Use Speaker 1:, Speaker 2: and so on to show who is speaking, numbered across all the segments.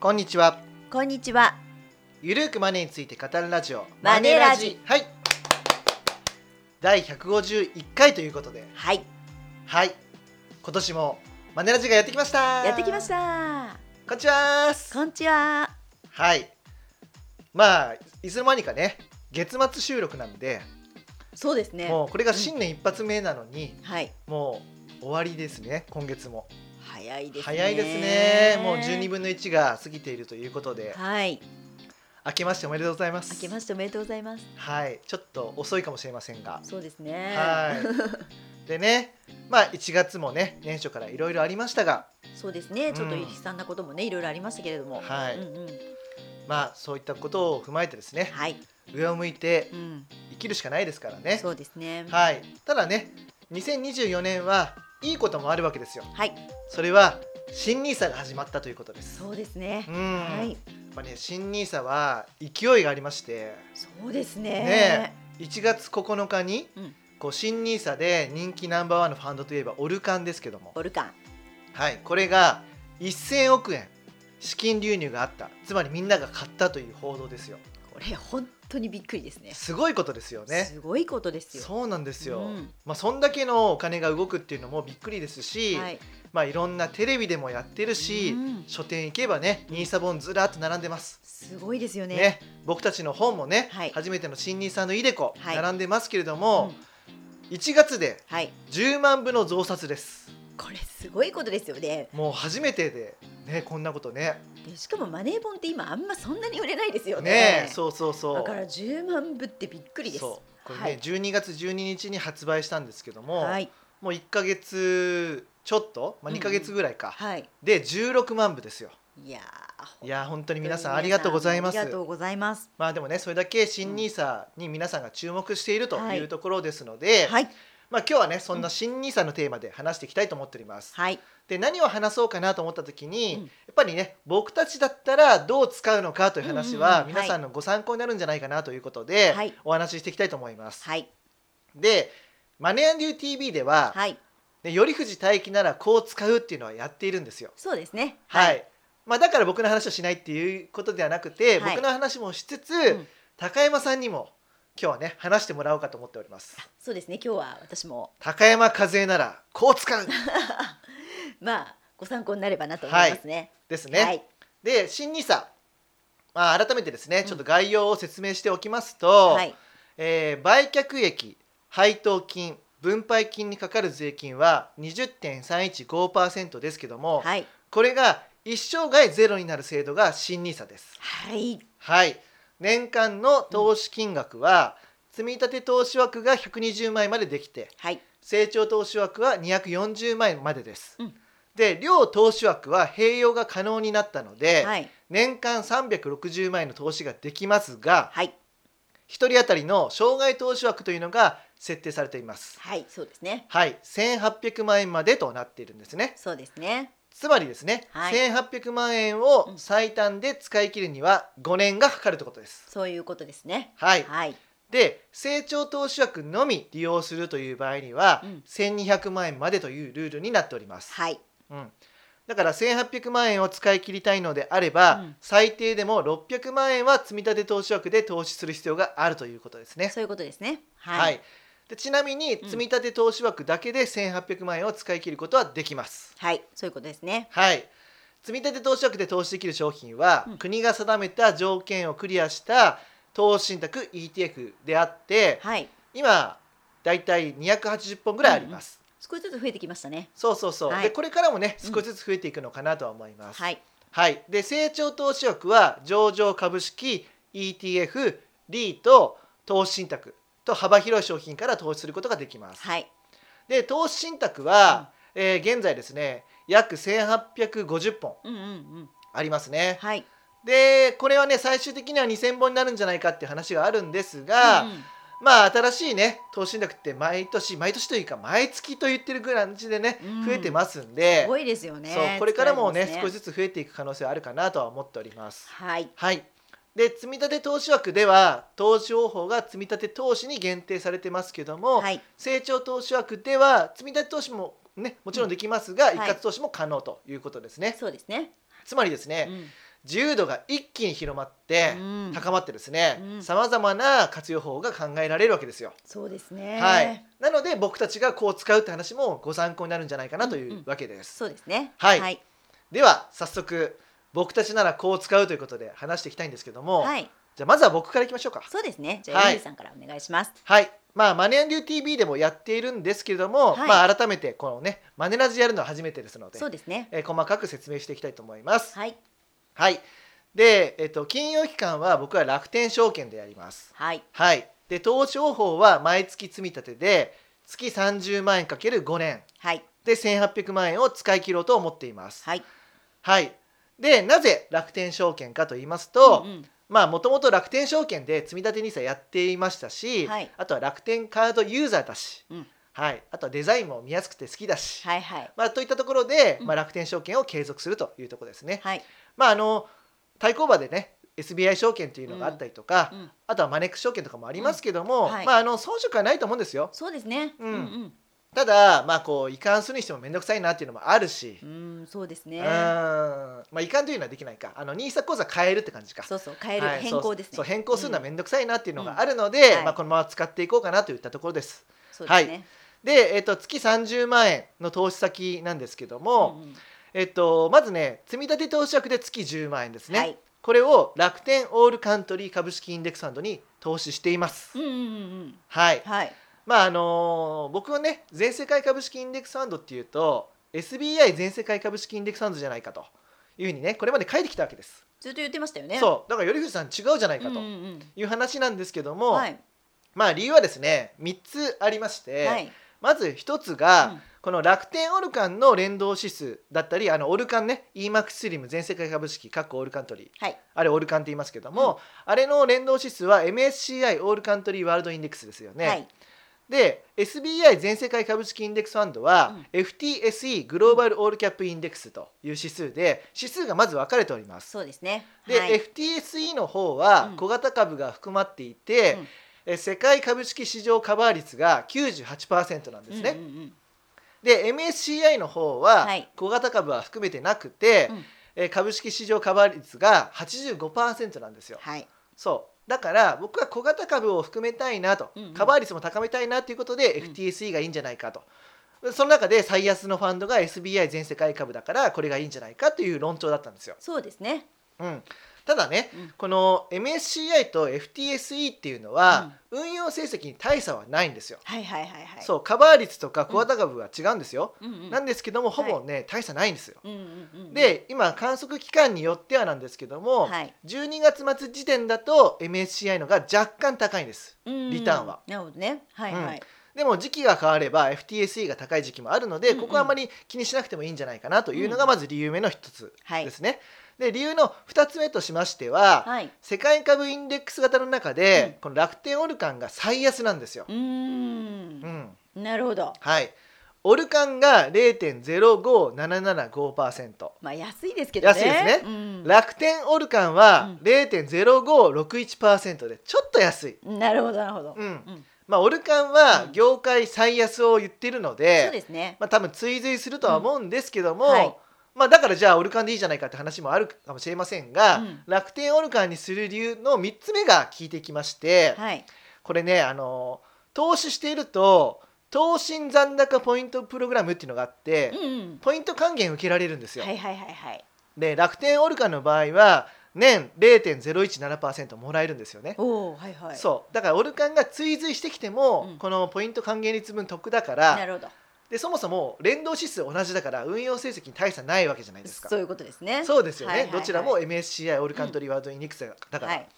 Speaker 1: こんにちは
Speaker 2: こんにちは。
Speaker 1: ゆるくマネーについて語るラジオ
Speaker 2: マネラジ
Speaker 1: はい第151回ということで
Speaker 2: はい。
Speaker 1: はい今年もマネラジがやってきました
Speaker 2: やってきました。
Speaker 1: こんにちは
Speaker 2: こんにちは。
Speaker 1: はいまあいつの間にかね月末収録なんで
Speaker 2: そうですね。
Speaker 1: もうこれが新年一発目なのに、
Speaker 2: はい。
Speaker 1: もう終わりですね今月も
Speaker 2: 早いですね。
Speaker 1: 早いですねもう12分の1が過ぎているということで
Speaker 2: はい。
Speaker 1: 明けましておめでとうございます
Speaker 2: 明けましておめでとうございます。
Speaker 1: はいちょっと遅いかもしれませんが
Speaker 2: そうですね。
Speaker 1: はいでねまあ1月もね年初からいろいろありましたが
Speaker 2: そうですね。ちょっと
Speaker 1: うん
Speaker 2: 悲惨なこともね、いろいろありましたけれども。
Speaker 1: はい
Speaker 2: うんうん。
Speaker 1: まあそういったことを踏まえてですね
Speaker 2: はい。
Speaker 1: 上を向いて
Speaker 2: うん。
Speaker 1: 生きるしかないですからね
Speaker 2: そうですね。
Speaker 1: はいただね2024年はいいこともあるわけですよ
Speaker 2: はい。
Speaker 1: それは新ニーサが始まったということです
Speaker 2: そうですね
Speaker 1: う。ん、
Speaker 2: はい。
Speaker 1: やっぱね新ニーサは勢いがありまして
Speaker 2: そうです
Speaker 1: ね
Speaker 2: ね。
Speaker 1: 1月9日に、
Speaker 2: うん
Speaker 1: こう新ニーサで人気ナンバーワンのファンドといえばオルカンですけども、
Speaker 2: オルカン。
Speaker 1: はい、これが1000億円資金流入があったつまりみんなが買ったという報道ですよ
Speaker 2: これ本当にびっくりですね。
Speaker 1: すごいことですよね
Speaker 2: すごいことですよ。
Speaker 1: そうなんですよ、
Speaker 2: うん
Speaker 1: まあ、そんだけのお金が動くっていうのもびっくりですし、
Speaker 2: はいい。
Speaker 1: まあ、いろんなテレビでもやってるし、
Speaker 2: うん
Speaker 1: 書店行けばねニーサ本ずらっと並んでます
Speaker 2: すごいですよ
Speaker 1: ね
Speaker 2: ね。
Speaker 1: 僕たちの本もね、
Speaker 2: はい
Speaker 1: 初めての新ニーサのイデコ、
Speaker 2: はい
Speaker 1: 並んでますけれど
Speaker 2: うん
Speaker 1: も、1月で
Speaker 2: はい。
Speaker 1: 10万部の増刷です
Speaker 2: これすごいことですよね。
Speaker 1: もう初めてでねこんなことね
Speaker 2: でしかもマネー本って今あんまそんなに売れないですよね。
Speaker 1: ねそうそうそう
Speaker 2: だから10万部ってびっくりです。
Speaker 1: そうこれね、
Speaker 2: はい
Speaker 1: 12月12日に発売したんですけども、
Speaker 2: はい
Speaker 1: もう1か月ちょっと、まあ、
Speaker 2: うん
Speaker 1: 2か月ぐらいか、
Speaker 2: はい。
Speaker 1: で16万部ですよ
Speaker 2: いやー
Speaker 1: いやー本当に皆さんありがとうございます
Speaker 2: ありがとうございます。
Speaker 1: まあでもねそれだけ新ニーサに皆さんが注目していると
Speaker 2: はいいう
Speaker 1: ところですので、
Speaker 2: はい
Speaker 1: まあ今日はねそんな新ニーサのテーマで話していきたいと思っております、
Speaker 2: はい
Speaker 1: で何を話そうかなと思った時に、
Speaker 2: うん
Speaker 1: やっぱりね僕たちだったらどう使うのかという話は
Speaker 2: うんうんうん
Speaker 1: 皆さんのご参考になるんじゃないかなということで、
Speaker 2: はい
Speaker 1: お話ししていきたいと思います、
Speaker 2: はい
Speaker 1: でマネーデュー TV では、
Speaker 2: はい。
Speaker 1: ね、頼藤大輝ならこう使うっていうのはやっているんですよ。
Speaker 2: そうですね。
Speaker 1: はい、まあ、だから僕の話をしないっていうことではなくて、
Speaker 2: はい
Speaker 1: 僕の話もしつつ、
Speaker 2: うん
Speaker 1: 高山さんにも今日はね話してもらおうかと思っております。
Speaker 2: そうですね。今日は私も
Speaker 1: 高山和恵ならこう使 う
Speaker 2: まあご参考になればなと思いますね。
Speaker 1: ですね。
Speaker 2: はい
Speaker 1: で新ニーサまあ、改めてですね、
Speaker 2: ん
Speaker 1: ちょっと概要を説明しておきますと、
Speaker 2: はい
Speaker 1: えー売却益配当金分配金にかかる税金は20.315%ですけども、
Speaker 2: はい
Speaker 1: これが一生涯ゼロになる制度が新ニーサです。
Speaker 2: はい
Speaker 1: はい。年間の投資金額は、積立投資枠が120万円までできて、
Speaker 2: はい
Speaker 1: 成長投資枠は240万円までです。
Speaker 2: うん
Speaker 1: で、両投資枠は併用が可能になったので、
Speaker 2: はい
Speaker 1: 年間360万円の投資ができますが、
Speaker 2: はい
Speaker 1: 1人当たりの障害投資枠というのが設定されています。
Speaker 2: はいそうですね。
Speaker 1: はい、1800万円までとなっているんですね。
Speaker 2: そうですね。
Speaker 1: つまりですね、
Speaker 2: はい
Speaker 1: 1800万円を最短で使い切るには5年がかかるということです。
Speaker 2: そういうことですね。
Speaker 1: はい、
Speaker 2: はい
Speaker 1: で成長投資枠のみ利用するという場合には、
Speaker 2: うん
Speaker 1: 1200万円までというルールになっております、
Speaker 2: はい
Speaker 1: うん、だから1800万円を使い切りたいのであれば、
Speaker 2: うん
Speaker 1: 最低でも600万円は積立投資枠で投資する必要があるということですね
Speaker 2: そういうことですね。
Speaker 1: は
Speaker 2: はい
Speaker 1: い、でちなみに
Speaker 2: うん
Speaker 1: 積立投資枠だけで1800万円を使い切ることはできます、
Speaker 2: はいそういうことですね。
Speaker 1: はい積立投資枠で投資できる商品は、
Speaker 2: うん
Speaker 1: 国が定めた条件をクリアした投資信託 ETF であって、
Speaker 2: はい
Speaker 1: 今だいたい280本ぐらいあります、
Speaker 2: 少しずつ増えてきましたね。
Speaker 1: そうそうそう、
Speaker 2: はい
Speaker 1: でこれからもね
Speaker 2: うん
Speaker 1: 少しずつ増えていくのかなとは思います、
Speaker 2: はい
Speaker 1: はいで成長投資枠は上場株式 ETF リート投資信託と幅広い商品から投資することができます、
Speaker 2: はい
Speaker 1: で投資信託は、えー現在ですね約1850本
Speaker 2: うんうんうん
Speaker 1: ありますね、
Speaker 2: はい。
Speaker 1: でこれはね最終的には2,000本になるんじゃないかって話があるんですが、
Speaker 2: うんうん
Speaker 1: まあ新しいね投資信託って毎年毎年というか毎月と言ってるぐらいの感じでね、
Speaker 2: うん
Speaker 1: 増えてますんです
Speaker 2: ごいですよね。
Speaker 1: そうこれからもね
Speaker 2: 使えま
Speaker 1: 少し
Speaker 2: す
Speaker 1: ずつ増えていく可能性はあるかなとは思っております。
Speaker 2: はい
Speaker 1: はいで積み立て投資枠では投資方法が積み立て投資に限定されてますけども、
Speaker 2: はい
Speaker 1: 成長投資枠では積み立て投資もねもちろんできますが、
Speaker 2: うん
Speaker 1: 一
Speaker 2: はい
Speaker 1: 括投資も可能ということですね、
Speaker 2: そうですね。
Speaker 1: つまりですね、
Speaker 2: うん
Speaker 1: 自由度が一気に広まって
Speaker 2: うん
Speaker 1: 高まってですね
Speaker 2: うん
Speaker 1: さまざまな活用法が考えられるわけですよ。
Speaker 2: そうですね。
Speaker 1: はい、なので僕たちがこう使うって話もご参考になるんじゃないかなというわけです。
Speaker 2: そうですね。
Speaker 1: はい
Speaker 2: はい。
Speaker 1: では早速僕たちならこう使うということで話していきたいんですけども、
Speaker 2: はい
Speaker 1: じゃあまずは僕からいきましょうか。
Speaker 2: そうですね。じゃあ、
Speaker 1: はい
Speaker 2: エリーさんからお願いします。
Speaker 1: はい、まあ、マネアンデュー TV でもやっているんですけれども、
Speaker 2: はい
Speaker 1: まあ、改めてこのねマネラジやるのは初めてですので
Speaker 2: そうですね。
Speaker 1: えー細かく説明していきたいと思います。
Speaker 2: はい。
Speaker 1: はい、で、えっと、金融機関は僕は楽天証券でやります。
Speaker 2: はい。
Speaker 1: はい、で投資方法は毎月積み立てで月30万円かける5年
Speaker 2: はい。
Speaker 1: で1800万円を使い切ろうと思っています。
Speaker 2: はい。
Speaker 1: はい、でなぜ楽天証券かと言いますと、
Speaker 2: うんうん
Speaker 1: まあもともと楽天証券で積立 NISA やっていましたし、
Speaker 2: はい
Speaker 1: あとは楽天カードユーザーだし、
Speaker 2: うん
Speaker 1: はい、あとはデザインも見やすくて好きだし、
Speaker 2: はい。はい。
Speaker 1: まあ、といったところで、
Speaker 2: うん
Speaker 1: まあ、楽天証券を継続するというところですね。
Speaker 2: はい。
Speaker 1: まあ、あの対抗馬でね SBI 証券というのがあったりとか、
Speaker 2: うん。
Speaker 1: あとはマネックス証券とかもありますけども、
Speaker 2: うんはい
Speaker 1: まあ、あの遜色はないと思うんですよ
Speaker 2: そうですね。
Speaker 1: うん
Speaker 2: うん。
Speaker 1: ただ、まあ、こう移管するにしても面倒くさいなっていうのもあるし、
Speaker 2: うん。うんそうです
Speaker 1: う
Speaker 2: ね
Speaker 1: ん。まあ、移管というのはできないかあの NISA 口座変えるって感じか
Speaker 2: そうそう。変える、
Speaker 1: はい
Speaker 2: 変更ですね。
Speaker 1: そうそう変更するのは
Speaker 2: うん
Speaker 1: 面倒くさいなっていうのがあるので、
Speaker 2: うんはい
Speaker 1: まあ、このまま使っていこうかなといったところです
Speaker 2: そうですね。
Speaker 1: で、えっと、月30万円の投資先なんですけども、
Speaker 2: うんうん
Speaker 1: えっと、まずね積立投資額で月10万円ですね、
Speaker 2: はい。
Speaker 1: これを楽天オールカントリー株式インデックスファンドに投資しています、
Speaker 2: うんうんうんうん。
Speaker 1: はい
Speaker 2: はい。
Speaker 1: まああのー僕はね全世界株式インデックスファンドっていうと SBI 全世界株式インデックスファンドじゃないかというふうにねこれまで書いてきたわけです、
Speaker 2: ずっと言ってましたよね。う。
Speaker 1: そうだから頼藤さん違うじゃないか
Speaker 2: んう
Speaker 1: と
Speaker 2: ん
Speaker 1: いう話なんですけど
Speaker 2: うん。
Speaker 1: も、
Speaker 2: はい。
Speaker 1: まあ理由はですね3つありまして、
Speaker 2: はい。
Speaker 1: まず1つが、
Speaker 2: うん
Speaker 1: この楽天オルカンの連動指数だったりあのオルカンね EMAX スリム全世界株式各オールカントリー
Speaker 2: はい。
Speaker 1: あれオールカンって言いますけども、あれの連動指数は MSCI オールカントリーワールドインデックスですよね、
Speaker 2: はい。
Speaker 1: で SBI 全世界株式インデックスファンドは、FTSE グローバルオールキャップインデックスという指数で指数がまず分かれております
Speaker 2: そうですね。
Speaker 1: で、
Speaker 2: はい
Speaker 1: FTSE の方
Speaker 2: う
Speaker 1: は
Speaker 2: ん
Speaker 1: 小型株が含まっていて、
Speaker 2: うん
Speaker 1: え世界株式市場カバー率が98%なんですね、
Speaker 2: うんうんうん
Speaker 1: で MSCI の方は
Speaker 2: はい
Speaker 1: 小型株は含めてなくて、
Speaker 2: うん
Speaker 1: え株式市場カバー率が85%なんですよ
Speaker 2: はい。
Speaker 1: そうだから僕は小型株を含めたいなと、
Speaker 2: うんうん
Speaker 1: カバー率も高めたいなということで
Speaker 2: うん
Speaker 1: FTSE がいいんじゃないかと、その中で最安のファンドが SBI 全世界株だからこれがいいんじゃないかという論調だったんですよ、
Speaker 2: そうですね。
Speaker 1: うん、ただね、
Speaker 2: うん
Speaker 1: この MSCI と FTSE っていうのは、運用成績に大差はないんですよ、
Speaker 2: はいはいはいはい。
Speaker 1: そうカバー率とか小型株は違うんですよ、
Speaker 2: うんうん。
Speaker 1: なんですけどもほぼね、大差ないんですよ
Speaker 2: うんうんうんうん。
Speaker 1: で今観測期間によってはなんですけども、
Speaker 2: はい。
Speaker 1: 12月末時点だと MSCI のが若干高いんですリ
Speaker 2: リ
Speaker 1: ターンは。
Speaker 2: なるほどね。はい
Speaker 1: うん
Speaker 2: はい。
Speaker 1: でも時期が変われば FTSE が高い時期もあるので、
Speaker 2: うんうん
Speaker 1: ここはあまり気にしなくてもいいんじゃないかなというのが
Speaker 2: うん
Speaker 1: まず理由目の一つ
Speaker 2: はい
Speaker 1: ですね、で理由の二つ目としましては、
Speaker 2: はい。
Speaker 1: 世界株インデックス型の中で、この楽天オルカンが最安なんですよ
Speaker 2: う、ーん
Speaker 1: う。ん
Speaker 2: なるほど。
Speaker 1: はいオルカンが0.05775%
Speaker 2: まあ安いですけどね。
Speaker 1: 安いですね
Speaker 2: うん
Speaker 1: 楽天オルカンは0.0561%でちょっと安い、
Speaker 2: なるほどなるほど。
Speaker 1: うん
Speaker 2: うん
Speaker 1: まあ、オルカンは
Speaker 2: うん
Speaker 1: 業界最安を言ってるので,、
Speaker 2: そうですね。
Speaker 1: まあ、多分追随するとは思うんですけども、
Speaker 2: うんはい
Speaker 1: まあ、だからじゃあオルカンでいいじゃないかって話もあるかもしれませんが、
Speaker 2: うん
Speaker 1: 楽天オルカンにする理由の3つ目が効いてきまして、
Speaker 2: はい。
Speaker 1: これねあの投資していると投信残高ポイントプログラムっていうのがあって、
Speaker 2: うんうん。
Speaker 1: ポイント還元受けられるんですよ。
Speaker 2: はいはいはいはい。
Speaker 1: で楽天オルカンの場合は年0.017%もらえるんですよね。
Speaker 2: おおはいはい。
Speaker 1: そうだからオルカンが追随してきても、
Speaker 2: うん
Speaker 1: このポイント還元率分得だか
Speaker 2: な
Speaker 1: ら
Speaker 2: るほど。
Speaker 1: でそもそも連動指数同じだから運用成績に大差ないわけじゃないですか
Speaker 2: そういうことですね。
Speaker 1: そうですよね、
Speaker 2: はいはいはい
Speaker 1: どちらも MSCI オールカントリーワールドインデックスだから、
Speaker 2: はい。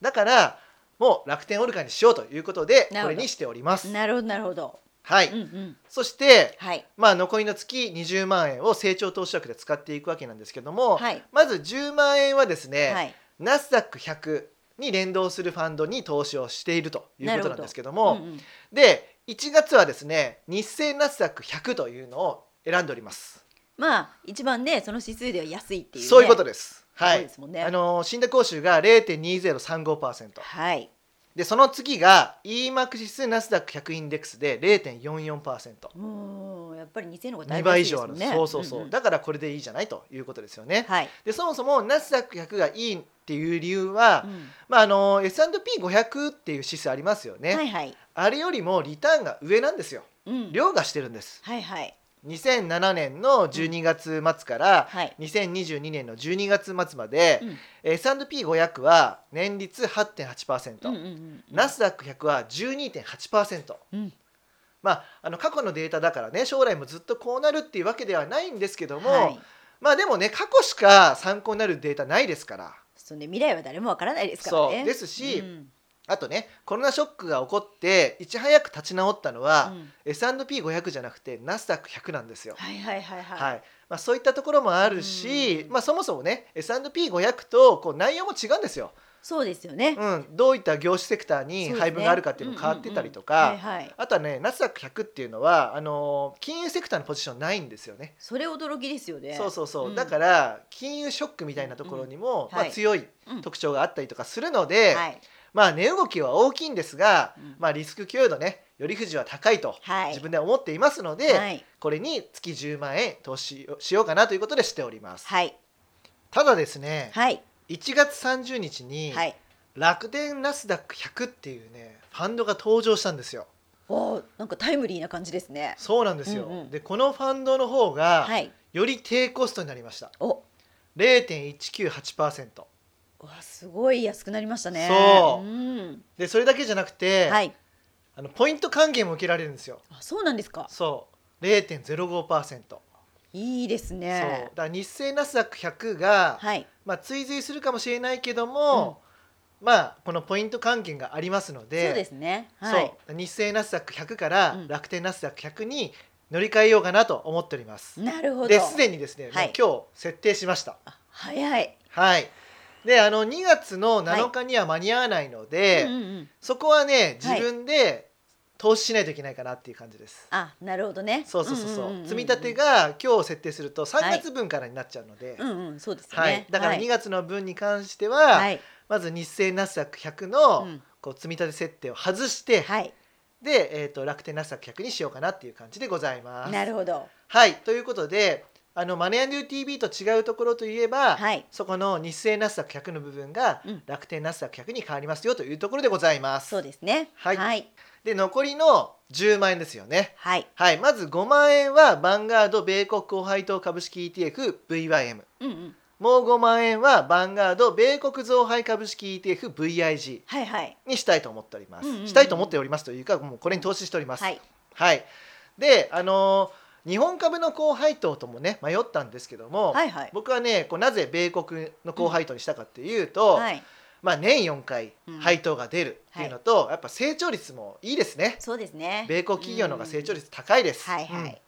Speaker 1: だからもう楽天オルカンにしようということでこ
Speaker 2: なるほど
Speaker 1: れにしております
Speaker 2: なるほどなるほど。
Speaker 1: はい、
Speaker 2: うんうん。
Speaker 1: そして
Speaker 2: はい
Speaker 1: まあ残りの月20万円を成長投資枠で使っていくわけなんですけども、
Speaker 2: はい
Speaker 1: まず10万円はですね、
Speaker 2: はい。
Speaker 1: ナスダック100に連動するファンドに投資をしているということなんですけど
Speaker 2: うん
Speaker 1: も
Speaker 2: うん
Speaker 1: で1月はですね日清ナスダック100というのを選んでおります
Speaker 2: まあ一番ねその指数では安いっていうね。
Speaker 1: そういうこと
Speaker 2: で
Speaker 1: ですは
Speaker 2: そう
Speaker 1: い
Speaker 2: ですもんね
Speaker 1: あのー信託報酬が0.2035%
Speaker 2: はい。
Speaker 1: でその次が EMAX 指数ナスダック100インデックスで0.44%。
Speaker 2: もうやっぱり似てるのが
Speaker 1: 2
Speaker 2: 大
Speaker 1: 倍以
Speaker 2: 事で
Speaker 1: 上あ
Speaker 2: すも
Speaker 1: る
Speaker 2: ん
Speaker 1: ん
Speaker 2: ね
Speaker 1: です、そうそうそう、
Speaker 2: んん
Speaker 1: だからこれでいいじゃないということですよね、
Speaker 2: はい、
Speaker 1: でそもそもナスダック100がいいっていう理由は、
Speaker 2: うん
Speaker 1: まあ、あの S&P500 っていう指数ありますよね、
Speaker 2: はいはい、
Speaker 1: あれよりもリターンが上なんですよ
Speaker 2: うん、
Speaker 1: 量がしてるんです
Speaker 2: はいはい
Speaker 1: 2007年の12月末から
Speaker 2: はい、
Speaker 1: 2022年の12月末まで、
Speaker 2: うん
Speaker 1: S&P500 は年率8.8%、
Speaker 2: うんうんうんうん
Speaker 1: ナスダック100は12.8%、
Speaker 2: うん
Speaker 1: まあ、あの過去のデータだからね将来もずっとこうなるっていうわけではないんですけども、
Speaker 2: はい、
Speaker 1: まあでもね過去しか参考になるデータないですから
Speaker 2: そうね未来は誰もわからないですからね
Speaker 1: そうですし
Speaker 2: ん
Speaker 1: あとねコロナショックが起こっていち早く立ち直ったの
Speaker 2: う
Speaker 1: は、
Speaker 2: ん
Speaker 1: S&P500 じゃなくてナスダック100なんですよ。
Speaker 2: はいはいはいはい、
Speaker 1: はいまあ、そういったところもあるし
Speaker 2: う、ん
Speaker 1: まあ、そもそもね S&P500 とこう内容も違うんですよ、
Speaker 2: そうですよね、
Speaker 1: うん、どういった業種セクターに
Speaker 2: そうですね
Speaker 1: 配分があるかっていうのも変わってたりと
Speaker 2: うんうん
Speaker 1: か
Speaker 2: うんはいはい
Speaker 1: あとはねナスダック100っていうのはあのー金融セクターのポジションないんですよね。
Speaker 2: それ驚きですよね
Speaker 1: そうそうそう、
Speaker 2: ん
Speaker 1: だから金融ショックみたいなところにも、
Speaker 2: うん
Speaker 1: まあ、
Speaker 2: はい
Speaker 1: 強い
Speaker 2: うん
Speaker 1: 特徴があったりとかするので、
Speaker 2: はい、
Speaker 1: まあ値動きは大きいんですが、
Speaker 2: うん
Speaker 1: まあ、リスク許容度ねより富士は高いと
Speaker 2: はい
Speaker 1: 自分では思っていますので、
Speaker 2: はい
Speaker 1: これに月10万円投資をしようかなということでしております、
Speaker 2: はい
Speaker 1: ただですね、
Speaker 2: はい
Speaker 1: 1月30日に
Speaker 2: はい
Speaker 1: 楽天ナスダック100っていうねファンドが登場したんですよ
Speaker 2: おーなんかタイムリーな感じですね
Speaker 1: そうなんですよ、
Speaker 2: うんうん
Speaker 1: でこのファンドの方が
Speaker 2: はい
Speaker 1: より低コストになりました
Speaker 2: お
Speaker 1: 0.198%
Speaker 2: わすごい安くなりましたね
Speaker 1: そう
Speaker 2: うん、
Speaker 1: でそれだけじゃなくて、
Speaker 2: はい
Speaker 1: あのポイント還元も受けられるんですよ
Speaker 2: あそうなんですか
Speaker 1: そう0.05%そう
Speaker 2: いいです
Speaker 1: だ
Speaker 2: ね
Speaker 1: から日清ナスダック100が、
Speaker 2: はい
Speaker 1: まあ、追随するかもしれないけども、まあこのポイント還元がありますので
Speaker 2: そうですねはい
Speaker 1: そう日清ナスダック100から
Speaker 2: うん
Speaker 1: 楽天ナスダック100に乗り換えようかなと思っております、
Speaker 2: なるほど
Speaker 1: ですでにですね、
Speaker 2: はい
Speaker 1: もう今日設定しました
Speaker 2: あ早い、
Speaker 1: はいであの2月の7日には間に合わないので、
Speaker 2: うんうんうん
Speaker 1: そこはね
Speaker 2: はい
Speaker 1: 自分で投資しないといけないかなっていう感じです。
Speaker 2: あなるほどね
Speaker 1: そうそうそうそう。
Speaker 2: んんんん
Speaker 1: 積み立てが今日設定すると3月分からになっちゃうので、
Speaker 2: う
Speaker 1: はい。
Speaker 2: んうんそうですよね、
Speaker 1: だから
Speaker 2: はい
Speaker 1: 2月の分に関しては、
Speaker 2: はい、
Speaker 1: まず日清ナスダック100の、
Speaker 2: うん
Speaker 1: こう積み立て設定を外して、
Speaker 2: はい、
Speaker 1: でえっ、と楽天ナスダック100にしようかなっていう感じでございます。
Speaker 2: なるほど
Speaker 1: はい。ということで、あのマネー &TV と違うところといえば、
Speaker 2: はい
Speaker 1: そこの日清ナスダック100の部分が
Speaker 2: うん
Speaker 1: 楽天ナスダック100に変わりますよというところでございます。
Speaker 2: そうですね
Speaker 1: はい
Speaker 2: はい、
Speaker 1: で残りの10万円ですよね
Speaker 2: はい
Speaker 1: はいまず5万円はバンガード米国高配当株式 ETFVYM
Speaker 2: うんうん、
Speaker 1: もう5万円はバンガード米国増配株式 ETFVIG
Speaker 2: はいはい
Speaker 1: にしたいと思っております、
Speaker 2: うんうんうん
Speaker 1: したいと思っておりますというかもうこれに投資しております
Speaker 2: はい、
Speaker 1: はいであのー日本株の高配当ともね迷ったんですけども、
Speaker 2: はいはい
Speaker 1: 僕はねこうなぜ米国の高配当にしたかっていうと、
Speaker 2: はい、
Speaker 1: まあ、年4回
Speaker 2: うん
Speaker 1: 配当が出るっていうのと、やっぱ成長率もいいですね
Speaker 2: そうですね
Speaker 1: 米国企業の方が成長率高いです、
Speaker 2: うんはい
Speaker 1: うん
Speaker 2: はい、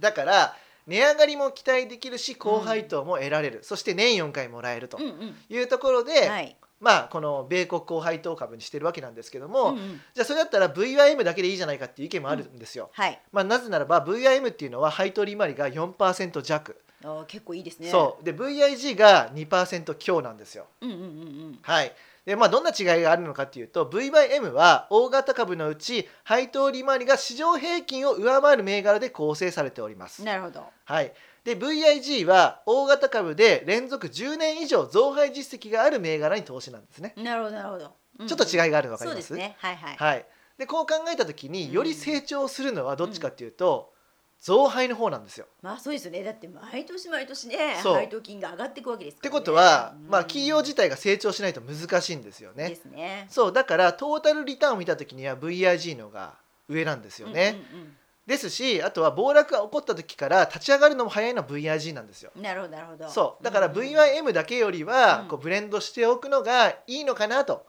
Speaker 1: だから値上がりも期待できるし高配当も得られる、そして年4回もらえると
Speaker 2: うんうん
Speaker 1: いうところで、
Speaker 2: はい、
Speaker 1: まあこの米国高配当株にしてるわけなんですけども、
Speaker 2: うんうん
Speaker 1: じゃあそれだったら VIM だけでいいじゃないかっていう意見もあるんですよ、
Speaker 2: はい、
Speaker 1: まあ、なぜならば VIM っていうのは配当利回りが4%弱、
Speaker 2: あー結構いいですね
Speaker 1: そうで VIG が2%強なんですよ
Speaker 2: ううんうんうんうん
Speaker 1: はいでまあ、どんな違いがあるのかというと VYM は大型株のうち配当利回りが市場平均を上回る銘柄で構成されております、
Speaker 2: なるほど
Speaker 1: はい、で VIG は大型株で連続10年以上増配実績がある銘柄に投資なんですね、
Speaker 2: なるほどなるほど、うん
Speaker 1: ちょっと
Speaker 2: う
Speaker 1: 違いがあるの分か
Speaker 2: そ
Speaker 1: り
Speaker 2: う
Speaker 1: ま
Speaker 2: ですすねはいはい
Speaker 1: はい、でこう考えた時
Speaker 2: う
Speaker 1: に
Speaker 2: ん
Speaker 1: より成長するのはどっちかというと、増配の方なんですよ
Speaker 2: まあそうですよねだって毎年毎年ね
Speaker 1: そう
Speaker 2: 配当金が上がっていくわけで
Speaker 1: っ
Speaker 2: すか
Speaker 1: て
Speaker 2: ら、ね、
Speaker 1: ことは、
Speaker 2: うん
Speaker 1: まあ、企業自体が成長しないと難しいんですよね
Speaker 2: ですね
Speaker 1: そうだからトータルリターンを見た時には VIG のが上なんですよね、
Speaker 2: うんうん
Speaker 1: ですしあとは暴落が起こった時から立ち上がるのも早いのは VIG なんですよ
Speaker 2: うんなるほどなるほど
Speaker 1: そうだから
Speaker 2: んん
Speaker 1: VIM だけよりは
Speaker 2: うん
Speaker 1: こうブレンドしておくのがいいのかなと